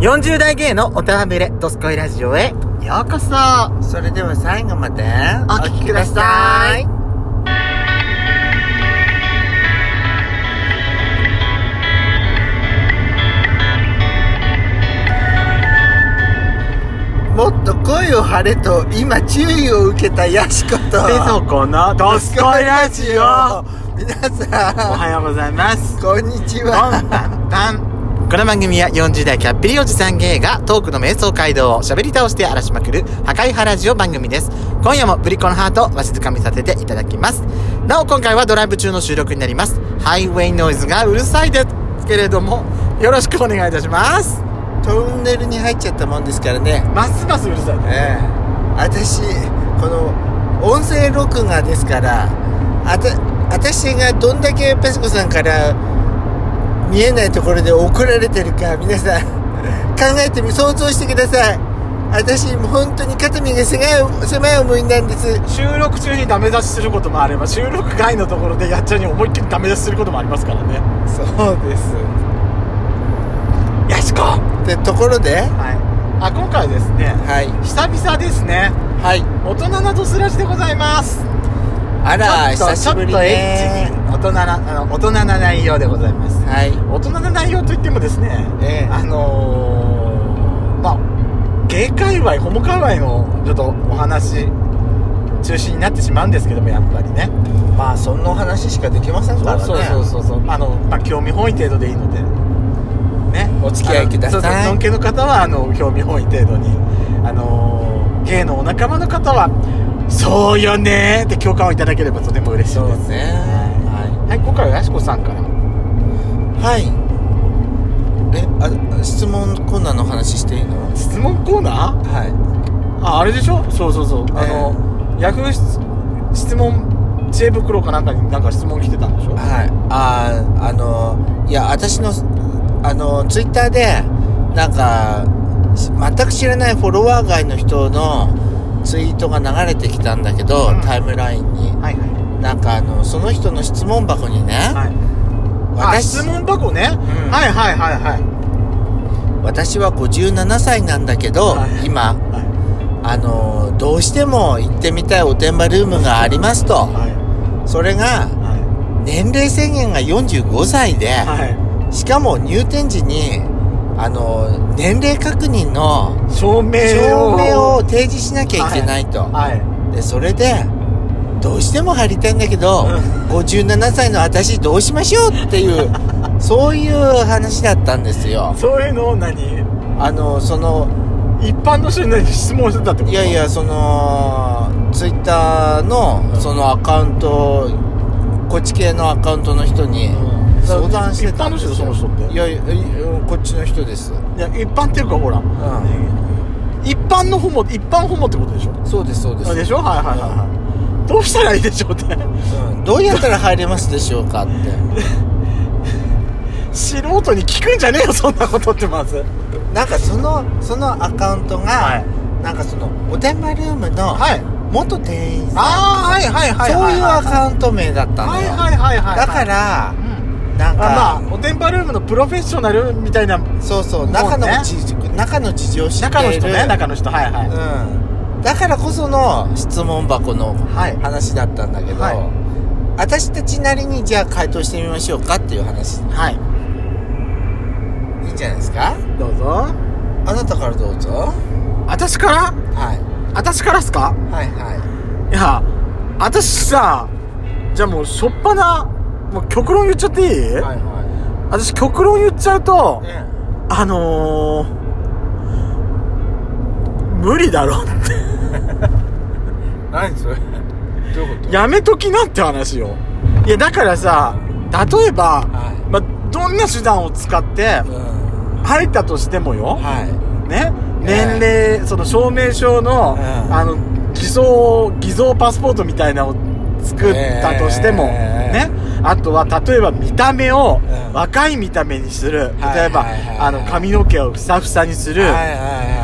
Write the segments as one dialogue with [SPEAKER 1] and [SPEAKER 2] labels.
[SPEAKER 1] 40代芸のおたべれドスコイラジオへようこそ
[SPEAKER 2] それでは最後まで
[SPEAKER 1] お聞きください。
[SPEAKER 2] もっと声を張れと今注意を受けたやしこと
[SPEAKER 1] でそこのドスコイラジオ
[SPEAKER 2] 皆
[SPEAKER 1] お
[SPEAKER 2] さ
[SPEAKER 1] はようございます。
[SPEAKER 2] んこんにち
[SPEAKER 1] ボ
[SPEAKER 2] は
[SPEAKER 1] ンバンバン。この番組は40代キャッピリおじさん芸がトークの瞑想街道を喋り倒して荒らしまくる破壊派ラジオ番組です。今夜もブリコのハートをわしづかみさせていただきます。なお今回はドライブ中の収録になります。ハイウェイノイズがうるさいですけれども、よろしくお願いいたします。
[SPEAKER 2] トンネルに入っちゃったもんですからね
[SPEAKER 1] ますますうるさいね。
[SPEAKER 2] ええ私この音声録画ですからあた私がどんだけペスコさんから見えないところで怒られてるか皆さん考えてみ想像してください私もう本当に肩身が狭い狭い思いなんです
[SPEAKER 1] 収録中にダメ出しすることもあれば、収録外のところでやっちゃうに思いっきりダメ出しすることもありますからね。
[SPEAKER 2] そうです
[SPEAKER 1] よしこは
[SPEAKER 2] でところで
[SPEAKER 1] い。あ、今回ですね、
[SPEAKER 2] はい
[SPEAKER 1] 久々ですね。
[SPEAKER 2] はい
[SPEAKER 1] 大人なドスラジでございます
[SPEAKER 2] あら
[SPEAKER 1] ちょっと
[SPEAKER 2] 久しぶり
[SPEAKER 1] ちょっとエッ
[SPEAKER 2] ね
[SPEAKER 1] チに大人なあの大人な内容でございます
[SPEAKER 2] はい
[SPEAKER 1] 大人な内容といってもですね、
[SPEAKER 2] ええ
[SPEAKER 1] あのー、まあゲイ界隈ホモ界隈のちょっとお話中心になってしまうんですけどもやっぱりね
[SPEAKER 2] まあそんなお話しかできませんからね
[SPEAKER 1] そうそうあの、まあ、興味本位程度でいいのでね
[SPEAKER 2] お付き合いくださ
[SPEAKER 1] あのそ
[SPEAKER 2] い
[SPEAKER 1] うそうのんけの方はあの興味本位程度にあのー、ゲイのお仲間の方はそうよねーって共感をいただければとても嬉しいです
[SPEAKER 2] そうねはい
[SPEAKER 1] はい今回はやしこさんから
[SPEAKER 2] はい。え、あ、質問コーナーの話していいの？
[SPEAKER 1] 質問コーナー
[SPEAKER 2] は
[SPEAKER 1] ああれでしょそうそうそう、あのヤフー質質問知恵袋かなんかになんか質問来てたんでしょ
[SPEAKER 2] い。はい。あー、あのいや私のあのツイッターでなんかし全く知らないフォロワー外の人のツイートが流れてきたんだけど、
[SPEAKER 1] うん
[SPEAKER 2] タイムラインに
[SPEAKER 1] はいはい
[SPEAKER 2] なんかあのその人の質問箱にね、
[SPEAKER 1] はいあ
[SPEAKER 2] 私
[SPEAKER 1] 質問箱ね、
[SPEAKER 2] ん
[SPEAKER 1] はいはいはいはい
[SPEAKER 2] 私は57歳なんだけど、
[SPEAKER 1] はい
[SPEAKER 2] 今あのどうしても行ってみたいおてんばルームがありますと、
[SPEAKER 1] はい
[SPEAKER 2] それが
[SPEAKER 1] はい
[SPEAKER 2] 年齢制限が45歳で、
[SPEAKER 1] は
[SPEAKER 2] しかも入店時にあの年齢確認の
[SPEAKER 1] い証明を
[SPEAKER 2] 証明を提示しなきゃいけないと、
[SPEAKER 1] はい
[SPEAKER 2] でそれでどうしても入りたいんだけど、
[SPEAKER 1] う
[SPEAKER 2] 57歳の私どうしましょうっていうそういう話だったんですよ
[SPEAKER 1] そういうのを何
[SPEAKER 2] あのその
[SPEAKER 1] 一般の人に何質問してたってこと
[SPEAKER 2] いやいやそのツイッターのそのアカウントこっち系のアカウントの人に
[SPEAKER 1] うん
[SPEAKER 2] 相談してた
[SPEAKER 1] 一般の人その人って
[SPEAKER 2] いやいやいやこっちの人です
[SPEAKER 1] いや一般っていうかほら、一般のホモ一般ホモってことでしょ
[SPEAKER 2] そうですそうで
[SPEAKER 1] あ
[SPEAKER 2] す
[SPEAKER 1] でしょはいはいはいはいどうしたらいいでしょうって
[SPEAKER 2] うんどうやったら入れますでしょうかって
[SPEAKER 1] 素人に聞くんじゃねえよそんなことってまず
[SPEAKER 2] なんかそのそのアカウントが、
[SPEAKER 1] はい
[SPEAKER 2] なんかそのおてんばルームの
[SPEAKER 1] はい
[SPEAKER 2] 元店員さん、
[SPEAKER 1] ああはいはいはい
[SPEAKER 2] そういうアカ
[SPEAKER 1] ン
[SPEAKER 2] ウント名だったの
[SPEAKER 1] はい
[SPEAKER 2] よ、
[SPEAKER 1] はいはいはい
[SPEAKER 2] だからなんか
[SPEAKER 1] あまあおてんばルームのプロフェッショナルみたいな
[SPEAKER 2] そうそう
[SPEAKER 1] ね
[SPEAKER 2] 中の事情、中の事情を知ってい
[SPEAKER 1] 中の人
[SPEAKER 2] る
[SPEAKER 1] ね中の人はいはい、
[SPEAKER 2] うんだからこその質問箱の
[SPEAKER 1] はい
[SPEAKER 2] 話だったんだけど、
[SPEAKER 1] はい
[SPEAKER 2] 私たちなりにじゃあ回答してみましょうかっていう話
[SPEAKER 1] はい
[SPEAKER 2] いんじゃないですか
[SPEAKER 1] いどうぞ
[SPEAKER 2] あなたからどうぞ
[SPEAKER 1] 私から
[SPEAKER 2] は
[SPEAKER 1] 私からっすか
[SPEAKER 2] いはいはい
[SPEAKER 1] や私さじゃあもうしょっぱなもう極論言っちゃっていい、
[SPEAKER 2] いはいは
[SPEAKER 1] 私極論言っちゃうと、
[SPEAKER 2] い
[SPEAKER 1] あのー、無理だろって
[SPEAKER 2] 何それ どういうこと
[SPEAKER 1] やめときなって話よいやだからさ例えば、
[SPEAKER 2] はい
[SPEAKER 1] まあ、どんな手段を使って
[SPEAKER 2] うん
[SPEAKER 1] 入ったとしてもよ、
[SPEAKER 2] は
[SPEAKER 1] ね
[SPEAKER 2] え
[SPEAKER 1] 年齢、その証明書の、
[SPEAKER 2] ええ
[SPEAKER 1] あの偽造偽造パスポートみたいなのを作ったとしても、
[SPEAKER 2] ええ
[SPEAKER 1] ねあとは例えば見た目を
[SPEAKER 2] うん
[SPEAKER 1] 若い見た目にする、
[SPEAKER 2] はい
[SPEAKER 1] 例えば、
[SPEAKER 2] はいはいはい
[SPEAKER 1] あの髪の毛をふさふさにす
[SPEAKER 2] い
[SPEAKER 1] る、
[SPEAKER 2] はいはいはい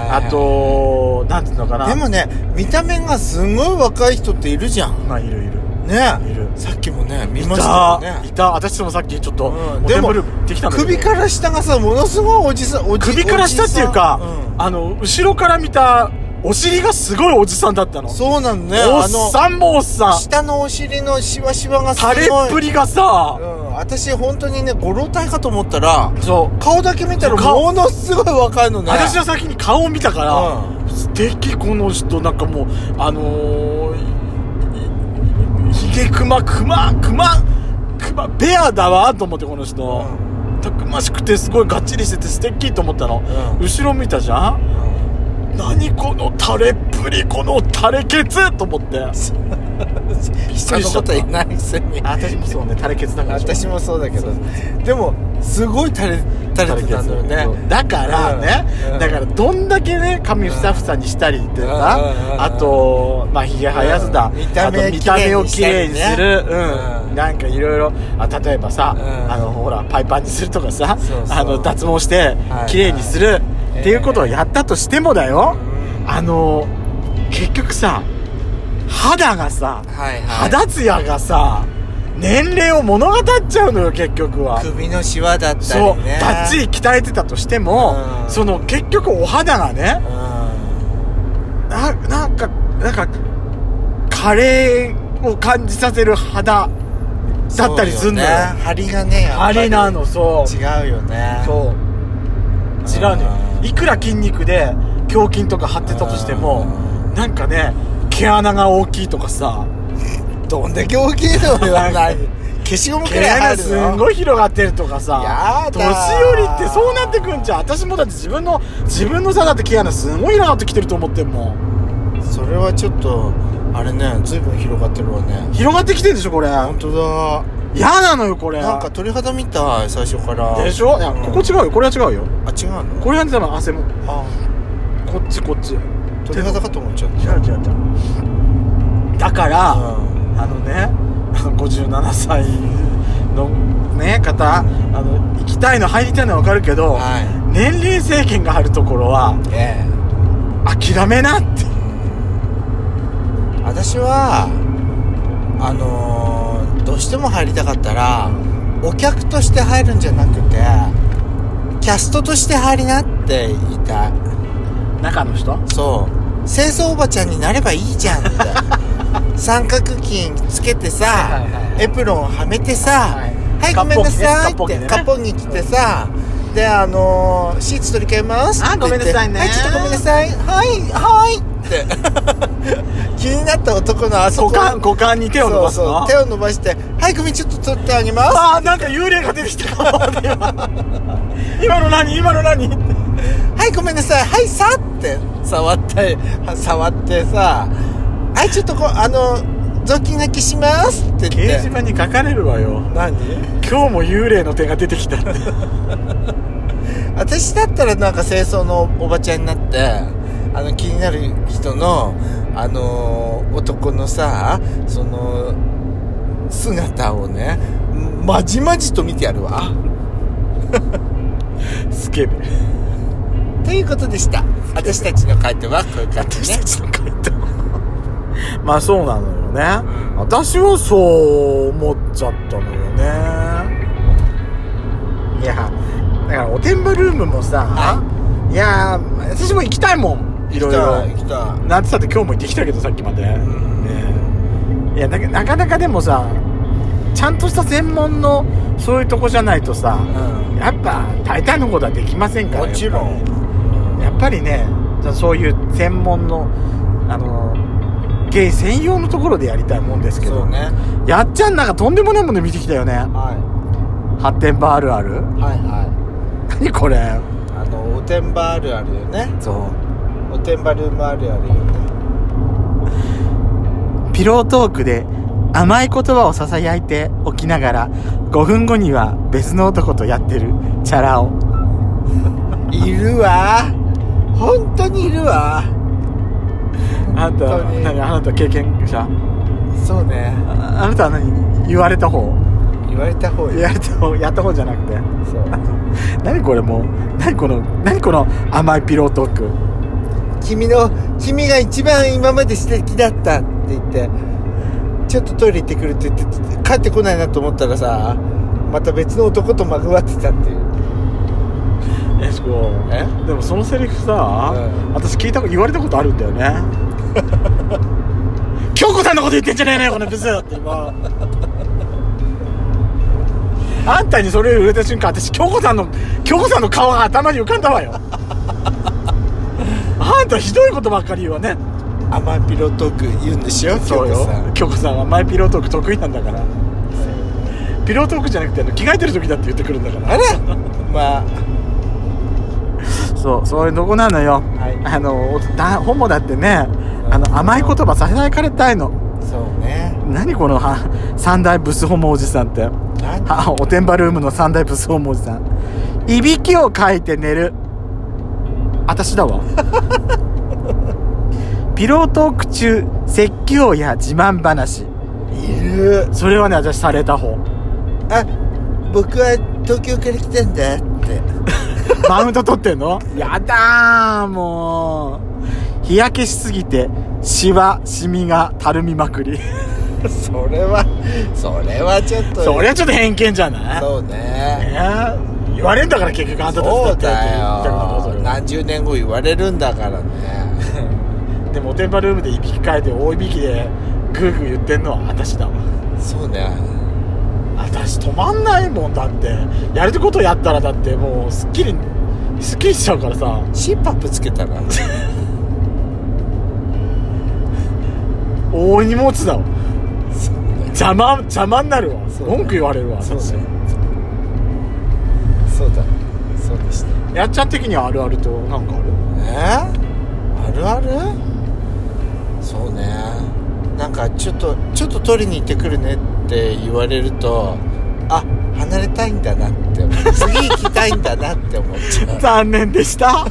[SPEAKER 1] あと、なんていうのかな。
[SPEAKER 2] でもね見た目がすごい若い人っているじゃん
[SPEAKER 1] まあ、いるいる。いる
[SPEAKER 2] さっきもね見
[SPEAKER 1] い
[SPEAKER 2] ましたよ
[SPEAKER 1] た
[SPEAKER 2] ね
[SPEAKER 1] いた私もさっきちょっと、
[SPEAKER 2] うん
[SPEAKER 1] お
[SPEAKER 2] で
[SPEAKER 1] 手
[SPEAKER 2] も
[SPEAKER 1] ぶるってきたんだけど
[SPEAKER 2] 首から下がさものすごいおじさんおじ
[SPEAKER 1] 首から下っていうか、
[SPEAKER 2] おじさんうん
[SPEAKER 1] あの後ろから見たお尻がすごいおじさんだったの
[SPEAKER 2] そうなのね
[SPEAKER 1] お
[SPEAKER 2] あ
[SPEAKER 1] っ
[SPEAKER 2] の
[SPEAKER 1] さんもおっさん
[SPEAKER 2] 下のお尻のシワシワがすご
[SPEAKER 1] 垂
[SPEAKER 2] い
[SPEAKER 1] れっぷりが
[SPEAKER 2] う
[SPEAKER 1] さ、
[SPEAKER 2] ん、私本当にねご老体かと思ったら
[SPEAKER 1] そう
[SPEAKER 2] 顔だけ見たら
[SPEAKER 1] 顔
[SPEAKER 2] ものすごい若いのね
[SPEAKER 1] 私は先に顔を見たから、
[SPEAKER 2] う
[SPEAKER 1] 素敵この人なんかもうあのー、ひひげクマクマクマクマベアだわと思ってこの人、たくましくてすごいがっちりしてて素敵と思ったの、
[SPEAKER 2] うん
[SPEAKER 1] 後ろ見たじゃん何この垂れっぷりこの垂れケツと思って
[SPEAKER 2] 人のこと言えないくせに
[SPEAKER 1] 私もそうね垂れケツだから
[SPEAKER 2] 私もそうだけどでもすごい垂れ垂れてたんだよね
[SPEAKER 1] だからね、
[SPEAKER 2] うん
[SPEAKER 1] だからどんだけね髪ふさふさにしたりってさ、
[SPEAKER 2] うんうん
[SPEAKER 1] あとまあひげ生やすだ、
[SPEAKER 2] うん見た目
[SPEAKER 1] あと見た目をきれいにする、
[SPEAKER 2] きれいにしたりね
[SPEAKER 1] うん
[SPEAKER 2] うん
[SPEAKER 1] なんかいろいろあ例えばさ、
[SPEAKER 2] うん
[SPEAKER 1] あのほらパイパンにするとかさ
[SPEAKER 2] そうそう
[SPEAKER 1] あの脱毛して
[SPEAKER 2] はい
[SPEAKER 1] きれいにする、っていうことをやったとしてもだよ、
[SPEAKER 2] うん
[SPEAKER 1] あの結局さ肌がさ、
[SPEAKER 2] はいはい
[SPEAKER 1] 肌ツヤがさ年齢を物語っちゃうのよ結局は
[SPEAKER 2] 首のシワだったりね
[SPEAKER 1] そうバッチリ鍛えてたとしても、
[SPEAKER 2] うん
[SPEAKER 1] その結局お肌がねななんかなんかカレーを感じさせる肌だったりすんのよ
[SPEAKER 2] 張りがねやっぱ
[SPEAKER 1] あ
[SPEAKER 2] り
[SPEAKER 1] れなのそう
[SPEAKER 2] 違うよね
[SPEAKER 1] そう違うのよ
[SPEAKER 2] うん
[SPEAKER 1] いくら筋肉で胸筋とか張ってたとしても
[SPEAKER 2] う
[SPEAKER 1] なんかね毛穴が大きいとかさ
[SPEAKER 2] どんだけ大きいの言わない消しゴムく
[SPEAKER 1] 毛
[SPEAKER 2] らい
[SPEAKER 1] 穴
[SPEAKER 2] 入る
[SPEAKER 1] す
[SPEAKER 2] の
[SPEAKER 1] んごい広がってるとかさ
[SPEAKER 2] やだ
[SPEAKER 1] 年寄りってそうなってくんじゃん私もだって自分の自分のさだって毛穴すんごい広がってきてると思ってんもん
[SPEAKER 2] それはちょっとあれねずいぶん広がってるわね
[SPEAKER 1] 広がってきてるでしょこれ
[SPEAKER 2] 本当
[SPEAKER 1] 嫌なのよこれ
[SPEAKER 2] だなんか鳥肌みたい最初から
[SPEAKER 1] でしょいや
[SPEAKER 2] うん
[SPEAKER 1] ここ違うよこれは違うよ
[SPEAKER 2] あ違うの
[SPEAKER 1] これは多分汗も
[SPEAKER 2] あ
[SPEAKER 1] こっちこっち違う
[SPEAKER 2] 鳥肌かと思っちゃっ
[SPEAKER 1] 違う違うだから、
[SPEAKER 2] たうん
[SPEAKER 1] あのねあの57歳のね方あの行きたいの入りたいのは分かるけど、
[SPEAKER 2] は
[SPEAKER 1] 年齢制限があるところはい
[SPEAKER 2] ええ
[SPEAKER 1] 諦めなって
[SPEAKER 2] 私はあのーどうしても入りたかったらお客として入るんじゃなくてキャストとして入りなって言いたい
[SPEAKER 1] 中の人
[SPEAKER 2] そう清掃おばちゃんになればいい じゃんみたいな三角巾つけてさ、
[SPEAKER 1] はいはいはい
[SPEAKER 2] エプロンはめてさ
[SPEAKER 1] はい
[SPEAKER 2] 「はい、ごめんなさい」
[SPEAKER 1] カッ
[SPEAKER 2] って
[SPEAKER 1] ポギね
[SPEAKER 2] カ
[SPEAKER 1] カ
[SPEAKER 2] ッ
[SPEAKER 1] ッ
[SPEAKER 2] ポ
[SPEAKER 1] ポ
[SPEAKER 2] ギ着てさ、であのーシーツ取り替えます」って言って
[SPEAKER 1] あごめんなさいね
[SPEAKER 2] はいちょっとごめんなさいはいはい」って 気になった男のあそこ
[SPEAKER 1] 股間股間に手を伸ばす
[SPEAKER 2] そうそ
[SPEAKER 1] の
[SPEAKER 2] う手を伸ばして「はい首ちょっと取ってあげます」
[SPEAKER 1] ああなんか幽霊が出てきたかもね今今の何今の何って
[SPEAKER 2] はいごめんなさいはいさって触って触ってさ「はいちょっとこうあの雑巾がけします」って
[SPEAKER 1] 掲
[SPEAKER 2] 言っ
[SPEAKER 1] 示
[SPEAKER 2] て
[SPEAKER 1] 板に書かれるわよ
[SPEAKER 2] 何
[SPEAKER 1] 今日も幽霊の手が出てきたって
[SPEAKER 2] 私だったらなんか清掃のおばちゃんになってあの気になる人のあの男のさその姿をねまじまじと見てやるわ
[SPEAKER 1] スケベ
[SPEAKER 2] ということでした私たちの回答はこういう感じね
[SPEAKER 1] ちの回答 まあそうなのよね、私はそう思っちゃったのよねいやだからおてんばルームもさ、い、やー私も行きたいもんいろいろ
[SPEAKER 2] 来た来た
[SPEAKER 1] なんつったって今日も行ってきたけどさっきまで、
[SPEAKER 2] ん
[SPEAKER 1] ねえいやなかなかなかでもさちゃんとした専門のそういうとこじゃないとさ、
[SPEAKER 2] う
[SPEAKER 1] やっぱ大体のことはできませんから
[SPEAKER 2] もちろん
[SPEAKER 1] やっぱりねじゃあそういう専門のあのゲイ専用のところでやりたいもんですけ
[SPEAKER 2] そ
[SPEAKER 1] ど、
[SPEAKER 2] うね
[SPEAKER 1] やっちゃんなんかとんでもないもの見てきたよね
[SPEAKER 2] は
[SPEAKER 1] 発展場あるある
[SPEAKER 2] いはいは
[SPEAKER 1] 何これ
[SPEAKER 2] いあのおてんばあるあるよね
[SPEAKER 1] そう
[SPEAKER 2] おてんばルームあるあるよね
[SPEAKER 1] ピロートークで甘い言葉をささやいておきながら5分後には別の男とやってるチャラ男
[SPEAKER 2] いるわ本当にいるわ
[SPEAKER 1] あなたは
[SPEAKER 2] 本当に
[SPEAKER 1] 何あなた経験者
[SPEAKER 2] そうね
[SPEAKER 1] ああなたは何言われた方
[SPEAKER 2] 言われた方
[SPEAKER 1] 言
[SPEAKER 2] よ
[SPEAKER 1] われた方やった方じゃなくて
[SPEAKER 2] そう
[SPEAKER 1] 何これもう何この何この甘いピロートーク
[SPEAKER 2] 君の君が一番今まで素敵だったって言ってちょっとトイレ行ってくるって言って帰ってこないなと思ったらさまた別の男とまぐわってたっていう
[SPEAKER 1] えしこ
[SPEAKER 2] え
[SPEAKER 1] でもそのセリフさ、
[SPEAKER 2] うん
[SPEAKER 1] 私聞いたこと言われたことあるんだよね 京子さんのこと言ってんじゃねえのよこのブスって今あんたにそれを言われた瞬間私京子さんの京子さんの顔が頭に浮かんだわよ あんたひどいことばっかり言うわね
[SPEAKER 2] アマピロトーク言うんでしょ
[SPEAKER 1] そう
[SPEAKER 2] 京子
[SPEAKER 1] よ
[SPEAKER 2] さん
[SPEAKER 1] 京子さんはマイピロートーク得意なんだからピロートークじゃなくてあの着替えてる時だって言ってくるんだから
[SPEAKER 2] あらまあ
[SPEAKER 1] そうそういうとこなのよ、
[SPEAKER 2] はい
[SPEAKER 1] あのだホモだってねあの甘い言葉させないからたいの
[SPEAKER 2] そうね
[SPEAKER 1] 何このは三大ブスホモおじさんって
[SPEAKER 2] なん
[SPEAKER 1] はおてんばルームの三大ブスホモおじさんいびきをかいて寝る私 だわピロートーク中説教や自慢話
[SPEAKER 2] いる
[SPEAKER 1] それはね私された方
[SPEAKER 2] あ僕は東京から来たんだって
[SPEAKER 1] マウント取ってんのやだーもう日焼けしすぎてシワシミがたるみまくり
[SPEAKER 2] それはそれはちょっ と
[SPEAKER 1] そりゃちょっと偏見じゃない
[SPEAKER 2] そうね
[SPEAKER 1] ね言われんだから結局あんたたちだ
[SPEAKER 2] そ
[SPEAKER 1] っ
[SPEAKER 2] う
[SPEAKER 1] て
[SPEAKER 2] だ
[SPEAKER 1] 言ったこと
[SPEAKER 2] よ
[SPEAKER 1] だよ
[SPEAKER 2] 何十年後言われるんだから ね
[SPEAKER 1] でもおてんばルームでいびきかいて大いびきでグーグー言ってんのは私だわ
[SPEAKER 2] そうね
[SPEAKER 1] 私止まんないもんだってやることやったらだってもうすっきりすっきりしちゃうからさ
[SPEAKER 2] シーパップつけた ら
[SPEAKER 1] 大荷物だわ
[SPEAKER 2] そうね
[SPEAKER 1] 邪魔邪魔になるわ
[SPEAKER 2] そう
[SPEAKER 1] 文句言われるわ
[SPEAKER 2] そう
[SPEAKER 1] 私
[SPEAKER 2] ねそうだそうでした
[SPEAKER 1] やっちゃん的にはあるあるとなんかある
[SPEAKER 2] えー、あるあるそうねなんかちょっとちょっと取りに行ってくるねって言われるとあ離れたいんだなって思う次行きたいんだなって思っちゃう
[SPEAKER 1] 残念でした